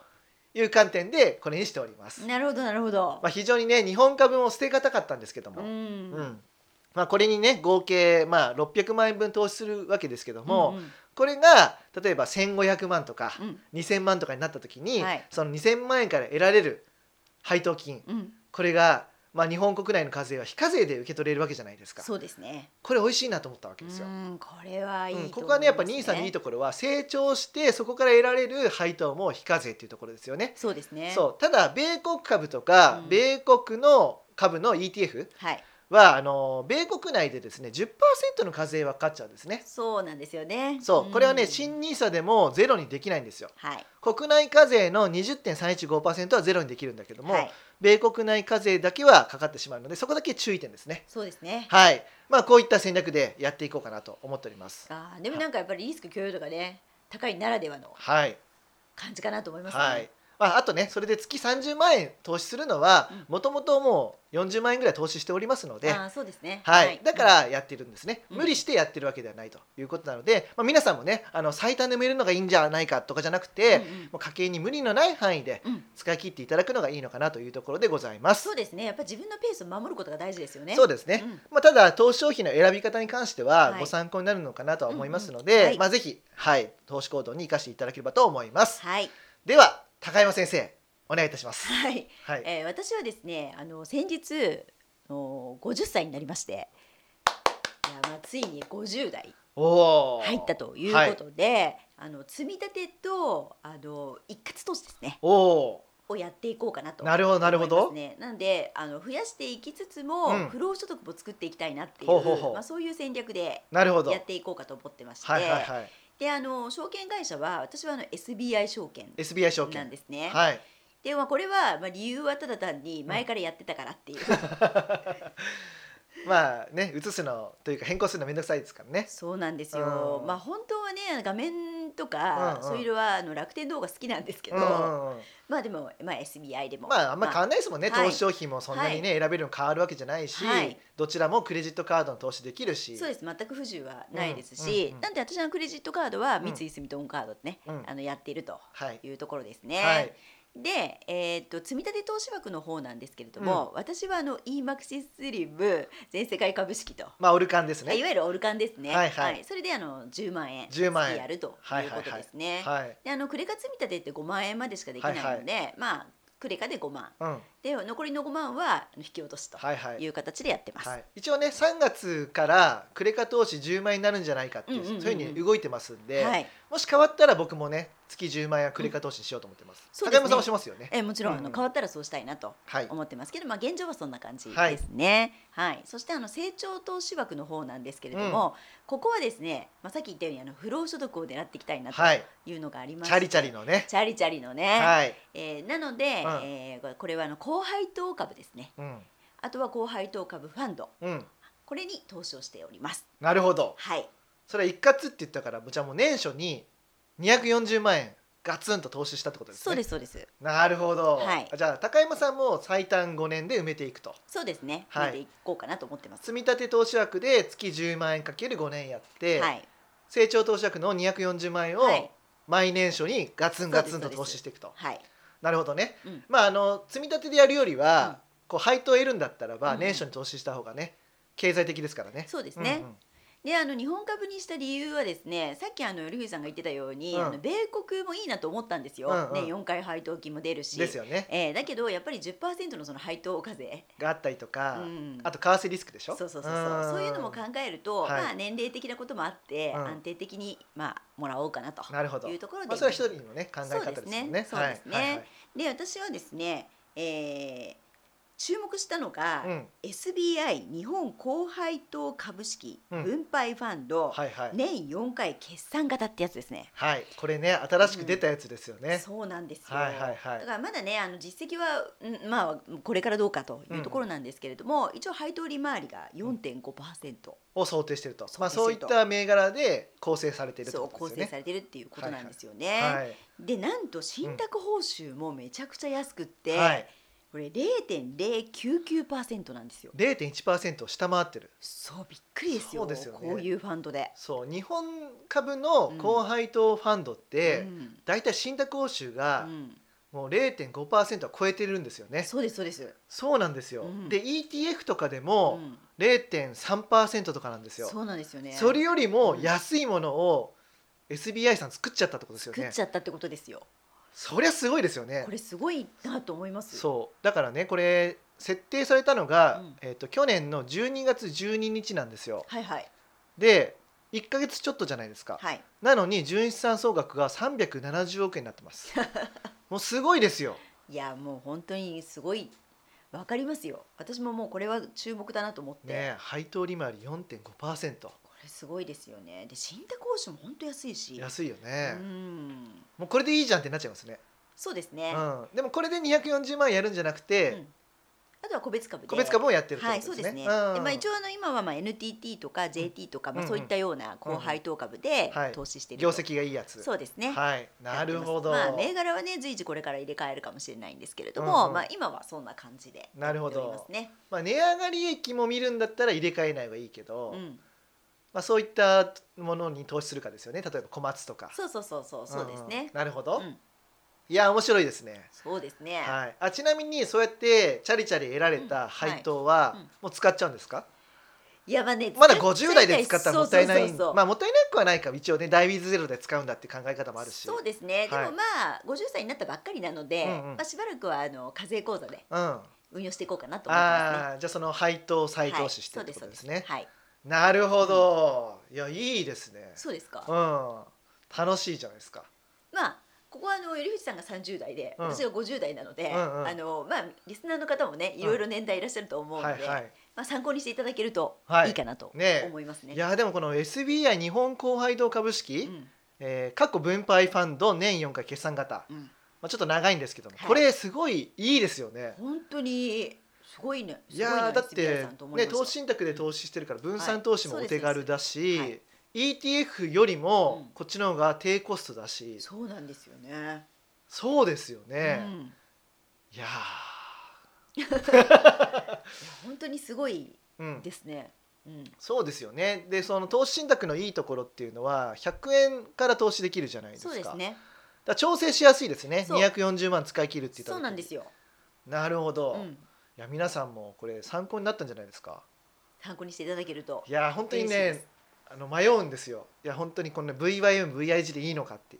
Speaker 1: いう観点でこれにしております、
Speaker 2: なるほどなるほど、
Speaker 1: まあ、非常にね日本株も捨てがたかったんですけども、
Speaker 2: う
Speaker 1: うん
Speaker 2: ん
Speaker 1: まあ、これにね合計まあ600万円分投資するわけですけども、
Speaker 2: うん
Speaker 1: これが例えば1500万とか
Speaker 2: うんうん
Speaker 1: 2000万とかになった時に、
Speaker 2: はい
Speaker 1: その2000万円から得られる配当金
Speaker 2: うん
Speaker 1: これがまあ、日本国内の課税は非課税で受け取れるわけじゃないですか
Speaker 2: そうですね。
Speaker 1: これ美味しいなと思ったわ
Speaker 2: う
Speaker 1: けですよ、
Speaker 2: ん、これはいいと思います、
Speaker 1: う
Speaker 2: ね
Speaker 1: ん、ここはねやっぱ兄さんのいいところは成長してそこから得られる配当も非課税っていうところですよね
Speaker 2: そうですね。
Speaker 1: そうただ米国株とか、
Speaker 2: うん
Speaker 1: 米国の株の ETF
Speaker 2: はい。
Speaker 1: はあの米国内でですね10%の課税はかかっちゃうんですね
Speaker 2: そうなんですよね。
Speaker 1: そうこれはね、
Speaker 2: うん
Speaker 1: 新ニーサでもゼロにできないんですよ
Speaker 2: はい。
Speaker 1: 国内課税の20.315%はゼロにできるんだけども、
Speaker 2: はい。
Speaker 1: 米国内課税だけはかかってしまうのでそこだけ注意点ですね
Speaker 2: そうですね。
Speaker 1: はいまあこういった戦略でやっていこうかなと思っております
Speaker 2: あーでもなんかやっぱりリスク許容度がね高いならではの
Speaker 1: はい
Speaker 2: 感じかなと思いますね。
Speaker 1: はい、まあ、あとねそれで月30万円投資するのは
Speaker 2: うん
Speaker 1: もともともう40万円ぐらい投資しておりますので
Speaker 2: あーそうですね。
Speaker 1: はい、だか、らやってるんですね、
Speaker 2: うん
Speaker 1: 無理してやってるわけではないということなので、まあ、皆さんもねあの最短で埋めるのがいいんじゃないかとかじゃなくて、
Speaker 2: うん
Speaker 1: も
Speaker 2: うん
Speaker 1: う家計に無理のない範囲で
Speaker 2: うん
Speaker 1: 使い切っていただくのがいいのかなというところでございます。
Speaker 2: そうですね。やっぱ自分のペースを守ることが大事ですよね。
Speaker 1: そう
Speaker 2: う
Speaker 1: ですね、
Speaker 2: ん
Speaker 1: まあ、ただ投資商品の選び方に関しては
Speaker 2: はい
Speaker 1: ご参考になるのかなとは思いますので、
Speaker 2: うんうんはい
Speaker 1: まあ、ぜひ、はい、投資行動に生かしていただければと思います。
Speaker 2: はい、
Speaker 1: では高山先生お願いいたします。
Speaker 2: はい
Speaker 1: はい、
Speaker 2: えー私はですねあの先日あの50歳になりましていや、まあ、ついに50代
Speaker 1: おお
Speaker 2: 入ったという
Speaker 1: は
Speaker 2: こ
Speaker 1: い、
Speaker 2: とで、あの積み立てとあの一括投資ですね
Speaker 1: おお
Speaker 2: をやっていこうかなと
Speaker 1: なるほどなるほど
Speaker 2: 思いますね、なのであの増やしていきつつも、
Speaker 1: うん
Speaker 2: 不労所得も作っていきたいなっていう
Speaker 1: ほうほうほう
Speaker 2: まあ、そういう戦略で
Speaker 1: なるほど
Speaker 2: やっていこうかと思ってまして、
Speaker 1: はいはいはい
Speaker 2: であの証券会社は私はあの SBI 証券
Speaker 1: SBI 証
Speaker 2: なん
Speaker 1: 券
Speaker 2: ですね。
Speaker 1: はい
Speaker 2: で、まあ、これは、まあ、理由はただ単に前からやってたからっていう、
Speaker 1: まあね移すのというか変更するのめんどくさいですからね。
Speaker 2: そうなんですよ、
Speaker 1: うん
Speaker 2: まあ本当はね画面とか、
Speaker 1: うんうん
Speaker 2: そういうのはあの楽天動画好きなんですけど、
Speaker 1: うんうんうん
Speaker 2: まあでも、まあ、SBI でも
Speaker 1: まああんま変わ
Speaker 2: あ
Speaker 1: んないですもんね、
Speaker 2: はい
Speaker 1: 投資商品もそんなにね、選べるの変わるわけじゃないし、
Speaker 2: はい
Speaker 1: どちらもクレジットカードの投資できるし
Speaker 2: そうです全く不自由はないです
Speaker 1: う
Speaker 2: し、
Speaker 1: んうんうん
Speaker 2: なんで私のクレジットカードは
Speaker 1: うん
Speaker 2: 三井住友カードってね、
Speaker 1: うん
Speaker 2: あのやっていると
Speaker 1: はい、
Speaker 2: いうところですね。
Speaker 1: はい
Speaker 2: で、えーっと積み立て投資枠の方なんですけれども、私はあの e マクシスリム全世界株式と、
Speaker 1: まあオルカンですね
Speaker 2: いわゆるオルカンですね。
Speaker 1: はいはい
Speaker 2: それであの10万円
Speaker 1: 10万円
Speaker 2: 月やるということですね。
Speaker 1: はい
Speaker 2: であのクレカ積み立てって5万円までしかできないので、まあクレカで5万
Speaker 1: うん
Speaker 2: で残りの5万は引き落としと
Speaker 1: はいはい
Speaker 2: いう形でやってます。
Speaker 1: はい、一応ね3月からクレカ投資10万円になるんじゃないかっていう,、
Speaker 2: うんうんうんうん
Speaker 1: そういうふうに動いてますんで、
Speaker 2: はい
Speaker 1: もし変わったら僕もね月10万円はクレカ投資にしようと思ってます,、
Speaker 2: そう
Speaker 1: 高
Speaker 2: です
Speaker 1: 山
Speaker 2: ね
Speaker 1: さんもしますよね
Speaker 2: えもちろん、
Speaker 1: うん
Speaker 2: あの変わったらそうしたいなと
Speaker 1: はい
Speaker 2: 思ってますけど、まあ、現状はそんな感じ
Speaker 1: はい
Speaker 2: ですね。はいそしてあの成長投資枠の方なんですけれども、ここはですね、まあ、さっき言ったようにあの不労所得を狙っていきたいなと
Speaker 1: はい
Speaker 2: いうのがあります、
Speaker 1: チャリチャリのね
Speaker 2: チャリチャリのね、
Speaker 1: はい、
Speaker 2: えーなので、えーこれはあの高配当株ですね
Speaker 1: うん
Speaker 2: あとは高配当株ファンド
Speaker 1: うん、
Speaker 2: これに投資をしております。
Speaker 1: なるほど
Speaker 2: はい
Speaker 1: それは一括って言ったからじゃあもう年初に240万円ガツンと投資したってことですね
Speaker 2: そうですそうです
Speaker 1: なるほど、
Speaker 2: はい
Speaker 1: じゃあ高山さんも最短5年で埋めていくと
Speaker 2: そうですね、
Speaker 1: はい
Speaker 2: 見ていこうかなと思ってます
Speaker 1: 積み立て投資枠で月10万円かける5年やって、
Speaker 2: はい
Speaker 1: 成長投資額の240万円を
Speaker 2: はい
Speaker 1: 毎年初にガツンガツンと投資していくと
Speaker 2: はい
Speaker 1: なるほどね、
Speaker 2: うん
Speaker 1: まああの積み立てでやるよりは、こう配当を得るんだったらば
Speaker 2: うん
Speaker 1: 年初に投資した方がね経済的ですからね
Speaker 2: そうですね、
Speaker 1: うんうん
Speaker 2: であの日本株にした理由はですねさっきあのルフィさんが言ってたように、
Speaker 1: うん
Speaker 2: あの米国もいいなと思ったんですよ、
Speaker 1: うんうん
Speaker 2: ね、4回配当金も出るし
Speaker 1: ですよね
Speaker 2: えーだけどやっぱり10%のその配当課税、
Speaker 1: があったりと
Speaker 2: う
Speaker 1: か、
Speaker 2: ん、
Speaker 1: あと為替リスクでしょ
Speaker 2: そうそうそうそうそういうのも考えると、
Speaker 1: はい
Speaker 2: まあ、年齢的なこともあって、
Speaker 1: うん
Speaker 2: 安定的に、まあ、もらおうかなと
Speaker 1: なるほど
Speaker 2: いうところで、
Speaker 1: まあ、それは一人のね考え方ですよね
Speaker 2: そうですね
Speaker 1: はい
Speaker 2: そうで私はですね、えー注目したのが、
Speaker 1: はいはい、うん
Speaker 2: SBI 日本高配当株式
Speaker 1: うん
Speaker 2: 分配ファンド、
Speaker 1: はいはい、
Speaker 2: 年4回決算型ってやつですね。
Speaker 1: はい、これね新しく出たやつですよね、
Speaker 2: そうなんですよ、
Speaker 1: はいはいは
Speaker 2: だ
Speaker 1: い
Speaker 2: からまだねあの実績は、うんまあ、これからどうかというところなんですけれども、一応配当利回りが4.5%、
Speaker 1: を想定してるとまあ、
Speaker 2: 想
Speaker 1: そう
Speaker 2: 定
Speaker 1: いっ
Speaker 2: し
Speaker 1: て
Speaker 2: ると
Speaker 1: た銘柄で構成されているって
Speaker 2: そう
Speaker 1: こと
Speaker 2: 構
Speaker 1: です
Speaker 2: 成
Speaker 1: よ
Speaker 2: さ
Speaker 1: ね
Speaker 2: れてるっていうことなんですよね。
Speaker 1: はい
Speaker 2: でなんと信託報酬もめちゃくちゃ安くって、
Speaker 1: はい、
Speaker 2: これ0.099%なんですよ。
Speaker 1: 0.1%を下回ってる
Speaker 2: そうびっくりですよ
Speaker 1: そうですよね
Speaker 2: こういうファンドで。
Speaker 1: そう日本株の高配当ファンドって、
Speaker 2: うん
Speaker 1: だいたい信託報酬
Speaker 2: う
Speaker 1: が
Speaker 2: ん
Speaker 1: もう0.5%は超えてるんですよね、
Speaker 2: そうですそうです。
Speaker 1: そうなんですよ、
Speaker 2: うん
Speaker 1: で ETF とかで
Speaker 2: う
Speaker 1: も
Speaker 2: ん
Speaker 1: 0.3%とかなんですよ、
Speaker 2: そうなんですよね。
Speaker 1: それよりも安いものを SBI さん作っちゃったってことですよ
Speaker 2: 作っ
Speaker 1: ね
Speaker 2: ちゃったってことですよ。
Speaker 1: そりゃすごいですよね
Speaker 2: これすごいなと思います。
Speaker 1: そうだからねこれ設定されたのが、
Speaker 2: うん
Speaker 1: えっと去年の12月12日なんですよ
Speaker 2: はいはい
Speaker 1: で1か月ちょっとじゃないですか、
Speaker 2: はい
Speaker 1: なのに純資産総額が370億円になってます もうすごいですよ
Speaker 2: いやもう本当にすごいわかりますよ私ももうこれは注目だなと思って、
Speaker 1: ねえ配当利回り4.5%
Speaker 2: これすごいですよねで信託報酬も本当安いし
Speaker 1: 安いよね、
Speaker 2: うん
Speaker 1: もうこれでいいじゃんってなっちゃいますね、
Speaker 2: そうですね、
Speaker 1: うん、でもこれで240万円やるんじゃなくて、
Speaker 2: うんあとは個別株で
Speaker 1: 個別株もやってるって
Speaker 2: は
Speaker 1: こ
Speaker 2: い、そ
Speaker 1: と
Speaker 2: う
Speaker 1: で
Speaker 2: ですす
Speaker 1: ね、
Speaker 2: ね。
Speaker 1: うん
Speaker 2: でまあ一応あの今はまあ NTT とか JT とか
Speaker 1: う
Speaker 2: まあ
Speaker 1: ん
Speaker 2: そういったような
Speaker 1: うん
Speaker 2: 高
Speaker 1: うん
Speaker 2: 配当株で
Speaker 1: はい
Speaker 2: 投資してると
Speaker 1: 業績がいいやつ
Speaker 2: そうですね。
Speaker 1: はいなるほど、
Speaker 2: やってますまあ銘柄はね随時これから入れ替えるかもしれないんですけれど
Speaker 1: うん
Speaker 2: も、
Speaker 1: うん
Speaker 2: まあ今はそんな感じで
Speaker 1: なるほど
Speaker 2: やっておりますね。
Speaker 1: まあ、値上がり益も見るんだったら入れ替えないはいいけど、
Speaker 2: うん、
Speaker 1: まあ、そういったものに投資するかですよね例えば小松とか
Speaker 2: そうそうそうそうそうです
Speaker 1: んん
Speaker 2: ね。
Speaker 1: なるほ
Speaker 2: う
Speaker 1: ど、
Speaker 2: ん、
Speaker 1: いや面白いですね
Speaker 2: そうですね。
Speaker 1: はい、あちなみにそうやってチャリチャリ得られた配当は
Speaker 2: うんはいうん
Speaker 1: もう使っちゃうんですか、
Speaker 2: い、やまあね、
Speaker 1: まだ50代で使ったらもったいない
Speaker 2: そうそうそうそう
Speaker 1: まあもったいなくはないか一応ねダイビーズゼロで使うんだっていう考え方もあるし
Speaker 2: そうですね。で
Speaker 1: はい
Speaker 2: もまあ50歳になったばっかりなので、
Speaker 1: うんうん
Speaker 2: まあしばらくはあの課税口座で
Speaker 1: うん、あ
Speaker 2: 運用していこうかなと思ってますね。
Speaker 1: あーじゃあその配当を再投資して
Speaker 2: は
Speaker 1: って
Speaker 2: い
Speaker 1: ことですね、
Speaker 2: そうはい、
Speaker 1: なるほど、いやいいですね
Speaker 2: そうですか
Speaker 1: う。ん楽しいじゃないですか
Speaker 2: まあここはあの頼藤さんが30代で、
Speaker 1: うん
Speaker 2: 私が50代なので、
Speaker 1: うんうん
Speaker 2: あのまあリスナーの方もねいろいろ年代いらっしゃると思うので、
Speaker 1: はいはい
Speaker 2: まあ参考にしていただけると
Speaker 1: はい
Speaker 2: いいかなと
Speaker 1: ねえ
Speaker 2: 思いますね。
Speaker 1: いやでもこの SBI 日本高配当株式、
Speaker 2: うん
Speaker 1: えー、過去分配ファンド年4回決算型、
Speaker 2: うん
Speaker 1: まあ、ちょっと長いんですけども、
Speaker 2: はい
Speaker 1: これすごいいいですよね
Speaker 2: 本当にすごいね。
Speaker 1: い
Speaker 2: すごい
Speaker 1: や
Speaker 2: な
Speaker 1: ーだっ
Speaker 2: 杉
Speaker 1: て
Speaker 2: 谷さんと思い
Speaker 1: ね
Speaker 2: ました
Speaker 1: 投資信託で投資してるから分
Speaker 2: は
Speaker 1: 散
Speaker 2: い
Speaker 1: 投資も
Speaker 2: そう
Speaker 1: お
Speaker 2: です
Speaker 1: 手軽だし、
Speaker 2: そうです
Speaker 1: ETF よりも
Speaker 2: うん
Speaker 1: こっちの方が低コストだし、
Speaker 2: そうなんですよね。
Speaker 1: そうですよね、
Speaker 2: うん、い
Speaker 1: いや
Speaker 2: や本当にすごい
Speaker 1: ーうん
Speaker 2: ですね。うん、
Speaker 1: そうですよねでその投資信託のいいところっていうのは100円から投資できるじゃないですか
Speaker 2: そうですね。
Speaker 1: だから調整しやすいですね
Speaker 2: そう
Speaker 1: 240万使い切るって言った
Speaker 2: そうなんです
Speaker 1: よ
Speaker 2: よ。
Speaker 1: なるほど、
Speaker 2: う
Speaker 1: い
Speaker 2: ん、
Speaker 1: や皆さんもこれ参考になったんじゃないですか
Speaker 2: 参考にしていただけると
Speaker 1: い。や本当に
Speaker 2: 嬉しいで
Speaker 1: ね
Speaker 2: す
Speaker 1: あの迷うんですよいや本当にこの VYMVIG でいいのかってい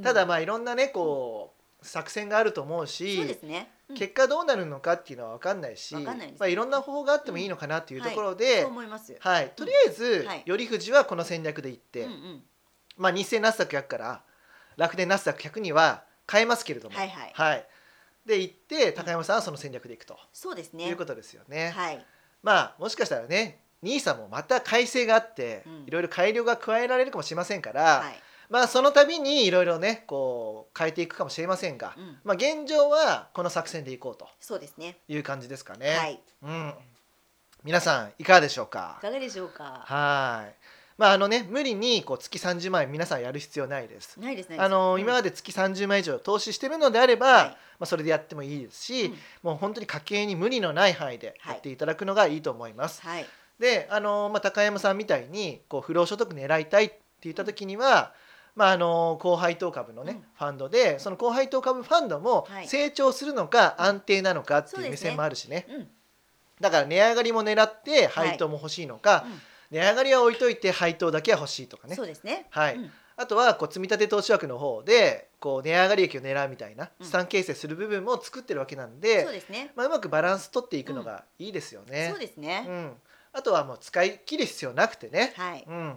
Speaker 1: うただ
Speaker 2: ま
Speaker 1: まあいろんなねこう作戦があると思うし
Speaker 2: そうですね。うん
Speaker 1: 結果どうなるのかっていうのは分かんないし
Speaker 2: わかんないですね
Speaker 1: まあ、いろんな方法があってもいいのかなっていうところ
Speaker 2: そう
Speaker 1: で、
Speaker 2: 思います。
Speaker 1: はいとりあえず
Speaker 2: はい
Speaker 1: 頼藤はこの戦略でいって、
Speaker 2: うんうん、
Speaker 1: まあ、日清ナスダック100から楽天ナスダック100には変えますけれども、
Speaker 2: はいはい
Speaker 1: で行って高山さんはその戦略でいくと、
Speaker 2: そうです
Speaker 1: い
Speaker 2: ね
Speaker 1: う。ことですよね。
Speaker 2: はい。
Speaker 1: まあもしかしたらね兄さんもまた改正があって、
Speaker 2: うん
Speaker 1: いろいろ改良が加えられるかもしれませんから、
Speaker 2: はい。
Speaker 1: まあその度にいろいろねこう変えていくかもしれませんが、
Speaker 2: うん。
Speaker 1: まあ、現状はこの作戦でいこうと
Speaker 2: そうですね。
Speaker 1: いう感じですかね。
Speaker 2: はい。
Speaker 1: うん、皆さんいかがでしょうか
Speaker 2: いかがでしょうか。
Speaker 1: はいまああのね無理にこう月30万円皆さんやる必要ないです。
Speaker 2: ないですね。
Speaker 1: あの
Speaker 2: うん
Speaker 1: 今まで月30万円以上投資してるのであれば、
Speaker 2: はい
Speaker 1: まあ、それでやってもいいですし、
Speaker 2: うん
Speaker 1: もう本当に家計に無理のない範囲でやっていただくのがいいと思います。
Speaker 2: はい。
Speaker 1: であの、まあ、高山さんみたいにこう不労所得狙いたいって言った時には、まあ、あの高配当株の、ね
Speaker 2: うん
Speaker 1: ファンドでその高配当株ファンドも
Speaker 2: はい
Speaker 1: 成長するのか安定なのかって
Speaker 2: そう
Speaker 1: いう
Speaker 2: ですね
Speaker 1: 目線もあるしね,、
Speaker 2: うん。うん。
Speaker 1: だから値上がりも狙って配当も欲しいのか、値上がりは置いといて配当だけは欲しいとかね
Speaker 2: そうですね。
Speaker 1: はい
Speaker 2: うん
Speaker 1: あとはこう積み立て投資枠の方でこう値上がり益を狙うみたいな
Speaker 2: うん
Speaker 1: 資産形成する部分も作ってるわけなんで、
Speaker 2: そうですね。
Speaker 1: まあ、うまくバランス取っていくのがいいですよね
Speaker 2: そう。ですね
Speaker 1: う。ん、あとはもう使い切る必要なくてね、
Speaker 2: はい。
Speaker 1: うん、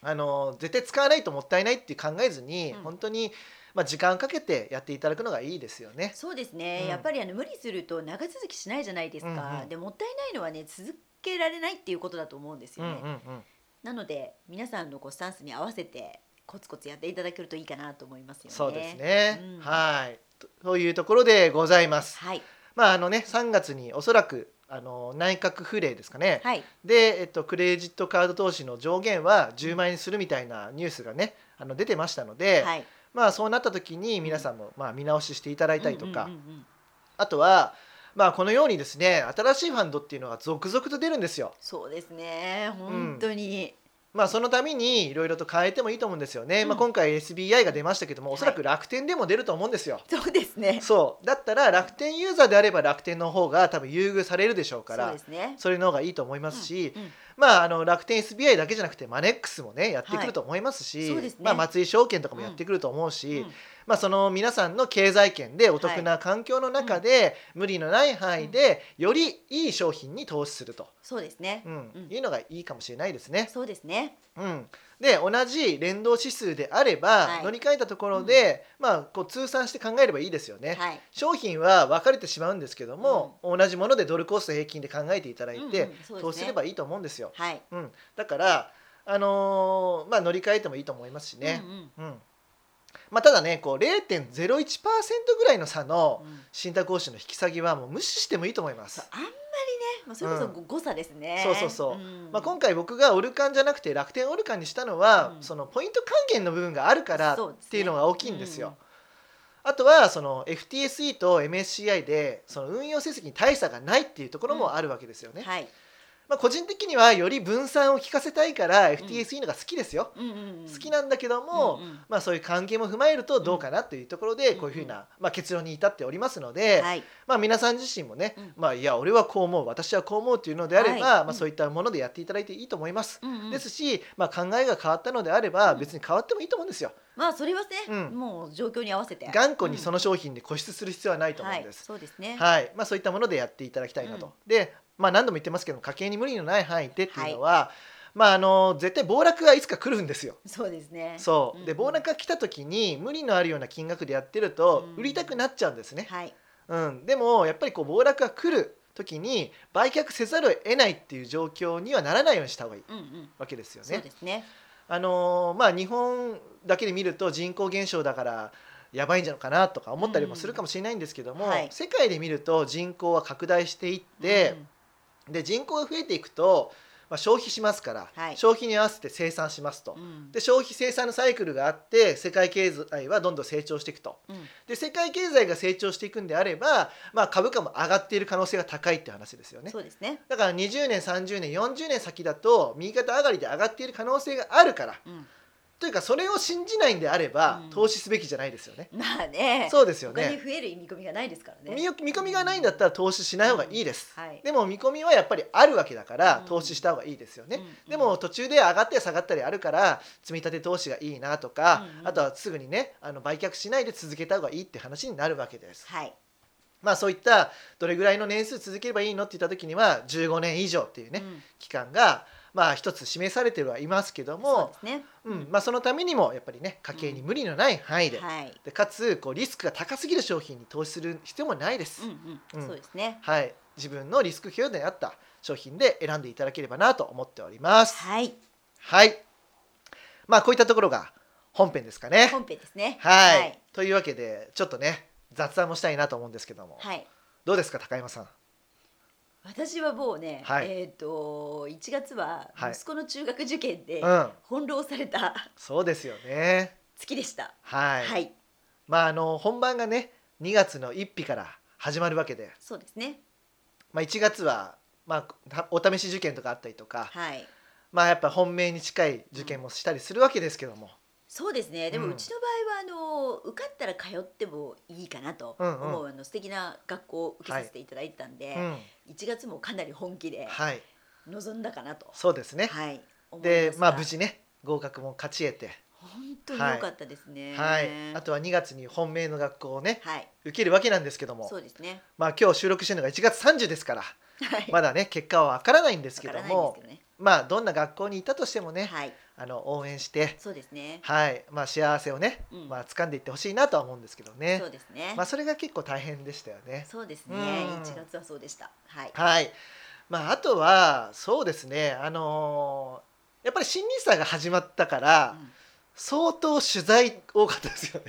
Speaker 1: あの絶対使わないともったいないって考えずに、
Speaker 2: うん
Speaker 1: 本当に、まあ、時間かけてやっていただくのがいいですよね。
Speaker 2: そうで
Speaker 1: う
Speaker 2: す
Speaker 1: ん
Speaker 2: ね。やっぱりあの無理すると長続きしないじゃないです
Speaker 1: うんう
Speaker 2: か
Speaker 1: ん。
Speaker 2: でもったいないのはね続けられないっていうことだと思うんです
Speaker 1: うん
Speaker 2: よ
Speaker 1: うん
Speaker 2: ね。
Speaker 1: うん、
Speaker 2: なので皆さんのごスタンスに合わせてコツコツやっていただけるといいかなと思いますよね。
Speaker 1: そうです。ね、
Speaker 2: うん
Speaker 1: はいとというところでございます。
Speaker 2: はい
Speaker 1: まああのね、3月におそらくあの内閣府令ですかね、
Speaker 2: はい
Speaker 1: で、えっと、クレジットカード投資の上限は10万円にするみたいなニュースがねあの出てましたので、
Speaker 2: はい。
Speaker 1: まあ、そうなった時に皆さんも、まあ、見直ししていただいたりとか、
Speaker 2: うんうんうんうん
Speaker 1: あとは、まあ、このようにですね新しいファンドっていうのが続々と出るんですよ。
Speaker 2: そうですね。本当に。
Speaker 1: まあ、そのためにいろいろと変えてもいいと思うんですよね。
Speaker 2: うん
Speaker 1: まあ、今回 SBI が出ましたけども
Speaker 2: はい
Speaker 1: おそらく楽天でも出ると思うんですよ。
Speaker 2: そうですね。
Speaker 1: そうだったら楽天ユーザーであれば楽天の方が多分優遇されるでしょうか
Speaker 2: そう
Speaker 1: ら
Speaker 2: ですね。
Speaker 1: それの方がいいと思いますし、
Speaker 2: うんうん
Speaker 1: まあ、あの楽天 SBI だけじゃなくてマネックスもねやってくると思いますし、
Speaker 2: はいそうですね
Speaker 1: まあ、松井証券とかもやってくると思うし、
Speaker 2: うん
Speaker 1: まあ、その皆さんの経済圏でお得な環境の中で、無理のない範囲でよりいい商品に投資すると、
Speaker 2: そうですね
Speaker 1: う。ん
Speaker 2: うん
Speaker 1: いうのがいいかもしれないですね。
Speaker 2: そうですね。
Speaker 1: うん、で同じ連動指数であれば、
Speaker 2: はい
Speaker 1: 乗り換えたところで、まあ、こう通算して考えればいいですよね。
Speaker 2: はい。
Speaker 1: 商品は分かれてしまうんですけども、同じものでドルコスト平均で考えていただいて、
Speaker 2: うんうんそうですね
Speaker 1: 投資すればいいと思うんですよ。
Speaker 2: はい。
Speaker 1: うん、だから、あのーまあ、乗り換えてもいいと思いますしね
Speaker 2: う。んうん
Speaker 1: うんまあ、ただねこう0.01%ぐらいの差の
Speaker 2: うん
Speaker 1: 信託報酬の引き下げはもう無視してもいいと思いま
Speaker 2: そう
Speaker 1: す。
Speaker 2: あんまりね、まあそれこそご誤差ですね。
Speaker 1: そうそうそうんまあ、今回僕がオルカンじゃなくて楽天オルカンにしたのは、
Speaker 2: うん
Speaker 1: そのポイント還元の部分があるからっ
Speaker 2: そうですね
Speaker 1: ていうのが大きいんですよ。あとはその FTSE と MSCI でその運用成績に大差がないっていうところもあるわけですよね。
Speaker 2: はい。
Speaker 1: まあ、個人的にはより分散を効かせたいから FTSE のが好きですよ。
Speaker 2: うんうんうん
Speaker 1: 好きなんだけども、
Speaker 2: うんうん
Speaker 1: まあ、そういう関係も踏まえるとどうかなというところで
Speaker 2: うん
Speaker 1: こういうふうな、まあ、結論に至っておりますので、
Speaker 2: はい。
Speaker 1: まあ、皆さん自身もね、
Speaker 2: うん
Speaker 1: まあ、いや俺はこう思う私はこう思うというのであれば、
Speaker 2: はい
Speaker 1: ま
Speaker 2: う
Speaker 1: あ、
Speaker 2: ん
Speaker 1: そういったものでやっていただいていいと思います。
Speaker 2: うんうん
Speaker 1: ですし、まあ、考えが変わったのであれば
Speaker 2: うん
Speaker 1: 別に変わってもいいと思うんですよ。
Speaker 2: まあそれはね、
Speaker 1: うん
Speaker 2: もう状況に合わせて。
Speaker 1: 頑固にそ
Speaker 2: の
Speaker 1: の商品で固執する必要はないと思うんです。
Speaker 2: はい。そうですね。
Speaker 1: はいまあ、そういったものでやっていただきたいなと。
Speaker 2: うん
Speaker 1: で、まあ、何度も言ってますけど家計に無理のない範囲でっていうのは、まあ、あの絶対暴落はいつか来るんですよ。
Speaker 2: そうですね。
Speaker 1: そうで
Speaker 2: うん
Speaker 1: 暴落が来た時に無理のあるような金額でやってると
Speaker 2: う
Speaker 1: 売
Speaker 2: ん
Speaker 1: りたくなっちゃうんですね、
Speaker 2: はい。
Speaker 1: うん、でもやっぱりこう暴落が来る時に売却せざるを得ないっていう状況にはならないようにした方がいい
Speaker 2: うんうん。
Speaker 1: わけですよ
Speaker 2: そう
Speaker 1: ね
Speaker 2: で。すね。
Speaker 1: あのーまあ、日本だけで見ると人口減少だからやばいんじゃないかなとか思ったりもするかもしれないんですけども、
Speaker 2: うんはい
Speaker 1: 世界で見ると人口は拡大していって、
Speaker 2: うん
Speaker 1: で人口が増えていくと、まあ、消費しますから、
Speaker 2: はい
Speaker 1: 消費に合わせて生産しますと
Speaker 2: う、ん、
Speaker 1: で消費生産のサイクルがあって世界経済はどんどん成長していくと
Speaker 2: うん
Speaker 1: で世界経済が成長していくんであれば、まあ、株価も上がっている可能性が高いって話ですよね
Speaker 2: そうですね。
Speaker 1: だから20年30年40年先だと右肩上がりで上がっている可能性があるから
Speaker 2: うん、
Speaker 1: というかそれを信じないんであれば、
Speaker 2: うん
Speaker 1: 投資すべきじゃないですよね、
Speaker 2: まあね。
Speaker 1: そうですよ
Speaker 2: 他に
Speaker 1: ね
Speaker 2: 増える見込みがないですからね。
Speaker 1: 見よ見込みがないんだったら投資しない方がいいです、
Speaker 2: はい。
Speaker 1: でも見込みはやっぱりあるわけだから
Speaker 2: うん
Speaker 1: 投資した方がいいですよね、
Speaker 2: うんうん
Speaker 1: でも途中で上がったり下がったりあるから積み立て投資がいいなとか、
Speaker 2: うんうん
Speaker 1: あとはすぐにねあの売却しないで続けた方がいいって話になるわけです。
Speaker 2: はい。
Speaker 1: まあそういったどれぐらいの年数続ければいいのって言った時には15年以上っていうね、
Speaker 2: うん
Speaker 1: 期間がまあ一つ示されてはいますけど
Speaker 2: そう
Speaker 1: も
Speaker 2: ですね。
Speaker 1: う、んまあ、そのためにもやっぱりね家計に無理のない範囲で,、
Speaker 2: はい。
Speaker 1: でかつこうリスクが高すぎる商品に投資する必要もないです。
Speaker 2: うんう。
Speaker 1: うんん
Speaker 2: そうですね。
Speaker 1: はい、自分のリスク許容度に合った商品で選んでいただければなと思っております。
Speaker 2: はい。
Speaker 1: はい。まあこういったところが本編ですかね。
Speaker 2: 本編ですね。
Speaker 1: はい、
Speaker 2: はい。
Speaker 1: というわけでちょっとね雑談もしたいなと思うんですけども、
Speaker 2: はい
Speaker 1: どうですか高山さん。
Speaker 2: 私はもうね、
Speaker 1: はい
Speaker 2: えっ、と1月は
Speaker 1: はい
Speaker 2: 息子の中学受験で
Speaker 1: うん、
Speaker 2: 翻弄された
Speaker 1: そうですよね。
Speaker 2: 月でした。
Speaker 1: は。
Speaker 2: はいい、
Speaker 1: まああの本番がね2月の1日から始まるわけで、
Speaker 2: そうですね。
Speaker 1: まあ1月はまあお試し受験とかあったりとか、
Speaker 2: はい。
Speaker 1: まあやっぱ本命に近い受験もしたりするわけですけども、
Speaker 2: そうですね。でも
Speaker 1: うん
Speaker 2: うちの場合はあの受かったら通ってもいいかなと
Speaker 1: うん
Speaker 2: 思
Speaker 1: うん
Speaker 2: う、あの素敵な学校を受けさせていただいてたんで、
Speaker 1: うん、
Speaker 2: 1月もかなり本気で
Speaker 1: はい、
Speaker 2: 臨んだかなと。
Speaker 1: そうですね。
Speaker 2: はい。思い
Speaker 1: で
Speaker 2: ます
Speaker 1: まあ
Speaker 2: が
Speaker 1: 無事ね合格も勝ち得て、
Speaker 2: 本当に良かったですね。
Speaker 1: はい、あとは2月に本命の学校をね
Speaker 2: はい。
Speaker 1: 受けるわけなんですけども
Speaker 2: そうですね。
Speaker 1: まあ今日収録してるのが1月30ですから
Speaker 2: はい。
Speaker 1: まだね結果はわからないんですけ
Speaker 2: わ
Speaker 1: ど
Speaker 2: からないん
Speaker 1: も
Speaker 2: ですけどね。
Speaker 1: まあどんな学校にいたとしてもね、
Speaker 2: はい。
Speaker 1: あの応援して
Speaker 2: そうですね。
Speaker 1: はいまあ幸せをね、
Speaker 2: うん
Speaker 1: まあ掴んでいってほしいなとは思うんですけどね
Speaker 2: そうですね。
Speaker 1: まあそれが結構大変でしたよね
Speaker 2: そうですね
Speaker 1: うん。
Speaker 2: 一月はそうでした。はい。
Speaker 1: はいまああとはそうですねあのーやっぱり新 NISA が始まったから、
Speaker 2: うん
Speaker 1: 相当取材多かったですよね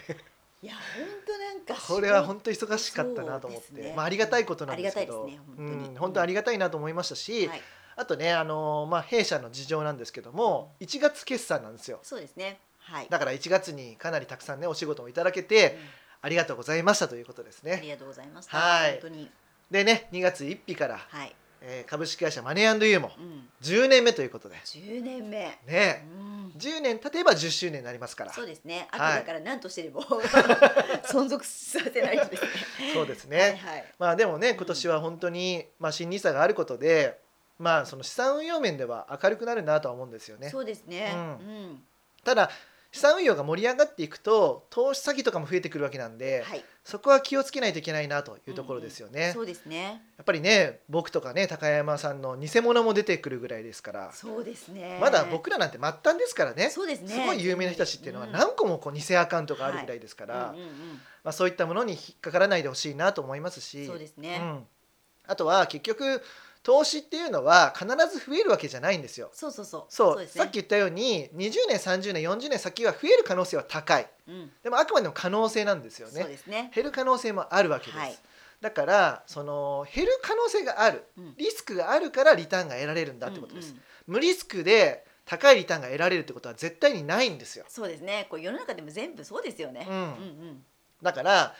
Speaker 2: いや本当なんか
Speaker 1: これは本当忙しかったなと思っ
Speaker 2: そ
Speaker 1: て、
Speaker 2: うですね
Speaker 1: まあ、ありがたいことなんですけど
Speaker 2: ありがたいですね本当に
Speaker 1: うん本当ありがたいなと思いましたし、
Speaker 2: はい。
Speaker 1: あとね、あのーまあ、弊社の事情なんですけども1月決算なんですよ
Speaker 2: そうですね。はい。
Speaker 1: だから1月にかなりたくさんねお仕事もいただけて、
Speaker 2: う
Speaker 1: ありがとうございましたということです
Speaker 2: んあ
Speaker 1: ね
Speaker 2: りがとうございました。
Speaker 1: はい
Speaker 2: 本当に
Speaker 1: でね2月1日から、
Speaker 2: はい。
Speaker 1: えー株式会社マネーユーも
Speaker 2: うん。
Speaker 1: 10年目ということで
Speaker 2: 十年目。う
Speaker 1: ね
Speaker 2: ん。
Speaker 1: 10年経てば10周年になりますから
Speaker 2: そうですね。あと
Speaker 1: はい
Speaker 2: だから何として でも存続させないとですね。
Speaker 1: そうですね
Speaker 2: はいはい。
Speaker 1: まあでもね今年は本当に、まあ、新 NISA があることでまあその資産運用面では明るくなるなとは思うんですよね
Speaker 2: そうですね。
Speaker 1: う
Speaker 2: うんん。
Speaker 1: ただ資産運用が盛り上がっていくと投資詐欺とかも増えてくるわけなんで、
Speaker 2: はい、
Speaker 1: そこは気をつけないといけないなというところですよね、や
Speaker 2: そうですね。
Speaker 1: っぱりね僕とかね高山さんの偽物も出てくるぐらいですから、
Speaker 2: そうですね。
Speaker 1: まだ僕らなんて末端ですからね
Speaker 2: そうですね。
Speaker 1: すごい有名な人たちっていうのは
Speaker 2: ん
Speaker 1: 何個もこう偽アカウントがあるぐらいですから、
Speaker 2: うんうんうん
Speaker 1: まあ、そういったものに引っかからないでほしいなと思いますし
Speaker 2: そうです
Speaker 1: う
Speaker 2: ね。
Speaker 1: ん、あとは結局投資っていうのは必ず増えるわけじゃないんですよ。
Speaker 2: そうそうそう。
Speaker 1: そう
Speaker 2: です
Speaker 1: さっき
Speaker 2: ね。
Speaker 1: 言ったように20年30年40年先は増える可能性は高い
Speaker 2: うん
Speaker 1: でもあくまでも可能性なんですよ
Speaker 2: そ
Speaker 1: ね
Speaker 2: うですね。
Speaker 1: 減る可能性もあるわけです、
Speaker 2: はい
Speaker 1: だからその減る可能性がある
Speaker 2: うん
Speaker 1: リスクがあるからリターンが得られるんだってことです、
Speaker 2: うんうん
Speaker 1: 無リスクで高いリターンが得られるってことは絶対にないんですよ
Speaker 2: そうですね。こう世の中でも全部そうですよね。
Speaker 1: うん
Speaker 2: うん
Speaker 1: だから、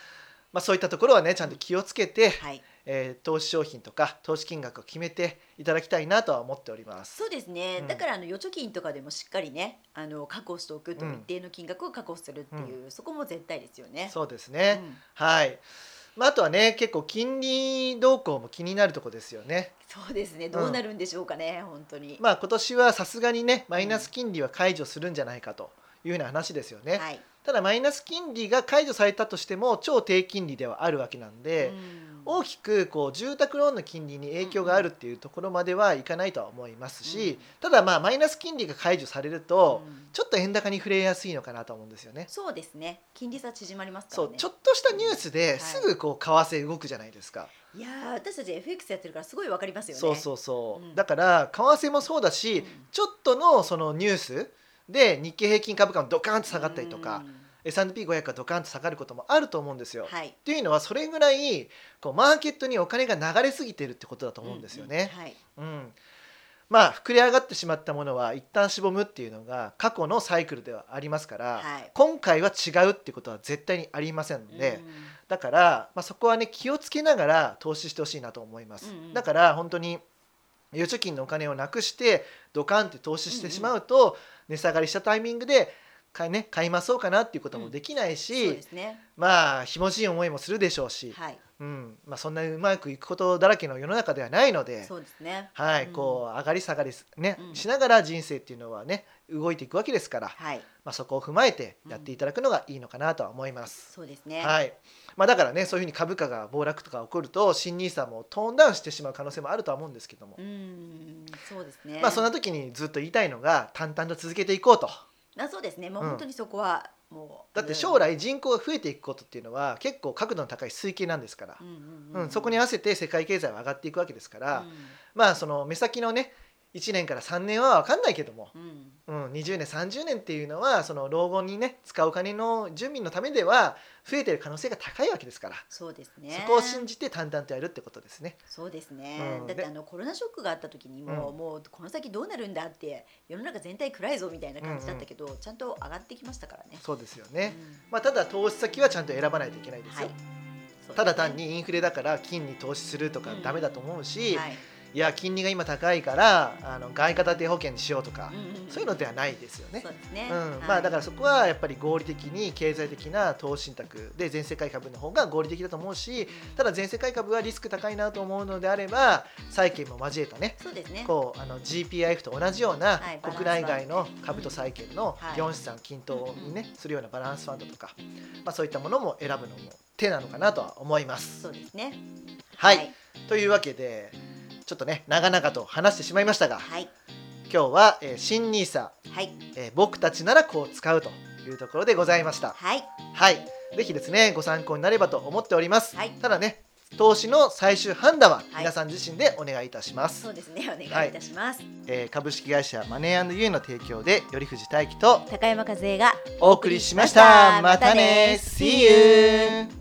Speaker 1: まあ、そういったところはねちゃんと気をつけて、
Speaker 2: はい。
Speaker 1: えー投資商品とか投資金額を決めていただきたいなとは思っております。
Speaker 2: そうですね。
Speaker 1: うん
Speaker 2: だからあの預貯金とかでもしっかりね、あの確保しておくと
Speaker 1: うん
Speaker 2: 一定の金額を確保するっていう、そこも絶対ですよね。
Speaker 1: そうです
Speaker 2: う
Speaker 1: ね、
Speaker 2: ん
Speaker 1: はい、まあ、あとはね結構金利動向も気になるとこですよね。
Speaker 2: そうですね。どうなるんでしょうかね。本当に。
Speaker 1: まあ今年はさすがにねマイナス金利は解除するんじゃないかというような話ですよね。
Speaker 2: はい。
Speaker 1: ただマイナス金利が解除されたとしても超低金利ではあるわけなんで、
Speaker 2: うん
Speaker 1: 大きくこう住宅ローンの金利に影響があるっていうところまではいかないとは思いますし、
Speaker 2: うん
Speaker 1: ただまあマイナス金利が解除されると、
Speaker 2: うん
Speaker 1: ちょっと円高に触れやすいのかなと思うんですよね。
Speaker 2: そうですね。金利差縮まりますか
Speaker 1: そ
Speaker 2: ら
Speaker 1: う
Speaker 2: ね。
Speaker 1: ちょっとしたニュース
Speaker 2: は
Speaker 1: で
Speaker 2: い
Speaker 1: すぐこう為替動くじゃないですか、
Speaker 2: いやー私たち FX やってるからすごいわかりますよね。
Speaker 1: そうそうそう、
Speaker 2: うん
Speaker 1: だから為替もそうだし、
Speaker 2: うん
Speaker 1: ちょっとのそのニュースで日経平均株価もドカーンと下がったりとか、S&P500 がドカーンと下がることもあると思うんです
Speaker 2: うん
Speaker 1: よ、
Speaker 2: はい。
Speaker 1: っていうのはそれぐらいこうマーケットにお金が流れすぎてるってことだと思うんですよね。
Speaker 2: うんうんはい。
Speaker 1: うんまあ膨れ上がってしまったものは一旦しぼむっていうのが過去のサイクルではありますから、
Speaker 2: はい
Speaker 1: 今回は違うってことは絶対にありませんので、だから、まあ、そこはね気をつけながら投資してほしいなと思います、
Speaker 2: うんうん
Speaker 1: だから本当に預貯金のお金をなくしてドカンって投資してしまうと、値下がりしたタイミングで買い,、ね、買いまそうかなっていうこともできない
Speaker 2: うん、
Speaker 1: し、
Speaker 2: そうですね。
Speaker 1: まあひもじい思いもするでしょうし、
Speaker 2: はい。
Speaker 1: うんまあ、そんなにうまくいくことだらけの世の中ではないので。
Speaker 2: そうですね。
Speaker 1: はい、
Speaker 2: うん
Speaker 1: こう上がり下がりすね、
Speaker 2: うん
Speaker 1: しながら人生っていうのはね動いていくわけですから、
Speaker 2: はい。
Speaker 1: まあ、そこを踏まえてやっていただくのがいいのかなとは思います。
Speaker 2: そうですね。
Speaker 1: はいまあ、だからねそういうふうに株価が暴落とか起こると新ニーサもトーンダウンしてしまう可能性もあるとは思うんですけども、
Speaker 2: うん、そうですね。
Speaker 1: まあ、そんな時にずっと言いたいのが淡々と続けていこうと
Speaker 2: あそうですね。もう
Speaker 1: うん
Speaker 2: 本当にそこはもう
Speaker 1: だって将、来人口が増えていくことっていうのは結構角度の高い推計なんですから
Speaker 2: う、んうん
Speaker 1: うんそこに合わせて世界経済は上がっていくわけですから、まあその目先のね1年から3年は分かんないけども、
Speaker 2: うんうん
Speaker 1: うん、20年30年っていうのはその老後にね使うお金の準備のためでは増えてる可能性が高いわけですから、
Speaker 2: そうですね。
Speaker 1: そこを信じて淡々とやるってことですね。
Speaker 2: そうですね、
Speaker 1: うん
Speaker 2: だって
Speaker 1: で
Speaker 2: あのコロナショックがあった時にも、
Speaker 1: うん
Speaker 2: もうこの先どうなるんだって世の中全体暗いぞみたいな感じだったけど、ちゃんと上がってきましたからね。
Speaker 1: そうですよ
Speaker 2: う
Speaker 1: ね、
Speaker 2: ん
Speaker 1: まあ、ただ投資先はちゃんと選ばないといけないです
Speaker 2: はい
Speaker 1: よ、。
Speaker 2: そうですね
Speaker 1: ただ単、にインフレだから金に投資するとか
Speaker 2: うん
Speaker 1: ダメだと思うし、、
Speaker 2: はいい
Speaker 1: や金利が今高いからあの外貨建て保険にしようとか、そういうのではないですよね
Speaker 2: そ。うですね。
Speaker 1: うんまあ、だかららそこはやっぱり合理的に経済的な投資信託で全世界株の方が合理的だと思うし
Speaker 2: だ
Speaker 1: ただ全世界株はリスク高いなと思うのであれば債券も交えたね
Speaker 2: そうですね。
Speaker 1: こうあの GPIF と同じような
Speaker 2: はい
Speaker 1: 国内外の株と債券の
Speaker 2: はい
Speaker 1: 4資産均等にねするようなバランスファンドとか、まあ、そういったものも選ぶのも手なのかなとは思います。
Speaker 2: そうですね。
Speaker 1: はい、というわけでちょっとね長々と話してしまいましたが
Speaker 2: はい
Speaker 1: 今日は、えー新 NISA、
Speaker 2: はい
Speaker 1: えー僕たちならこう使うというところでございました。
Speaker 2: はい
Speaker 1: はい、ぜひですねご参考になればと思っております。
Speaker 2: はい
Speaker 1: ただね投資の最終判断は
Speaker 2: はい
Speaker 1: 皆さん自身でお願いいたします。
Speaker 2: そうですねお願いいたします。
Speaker 1: えー株式会社マネーユーの提供で頼藤大樹と
Speaker 2: 高山和恵が
Speaker 1: お送りしました。またね !See you!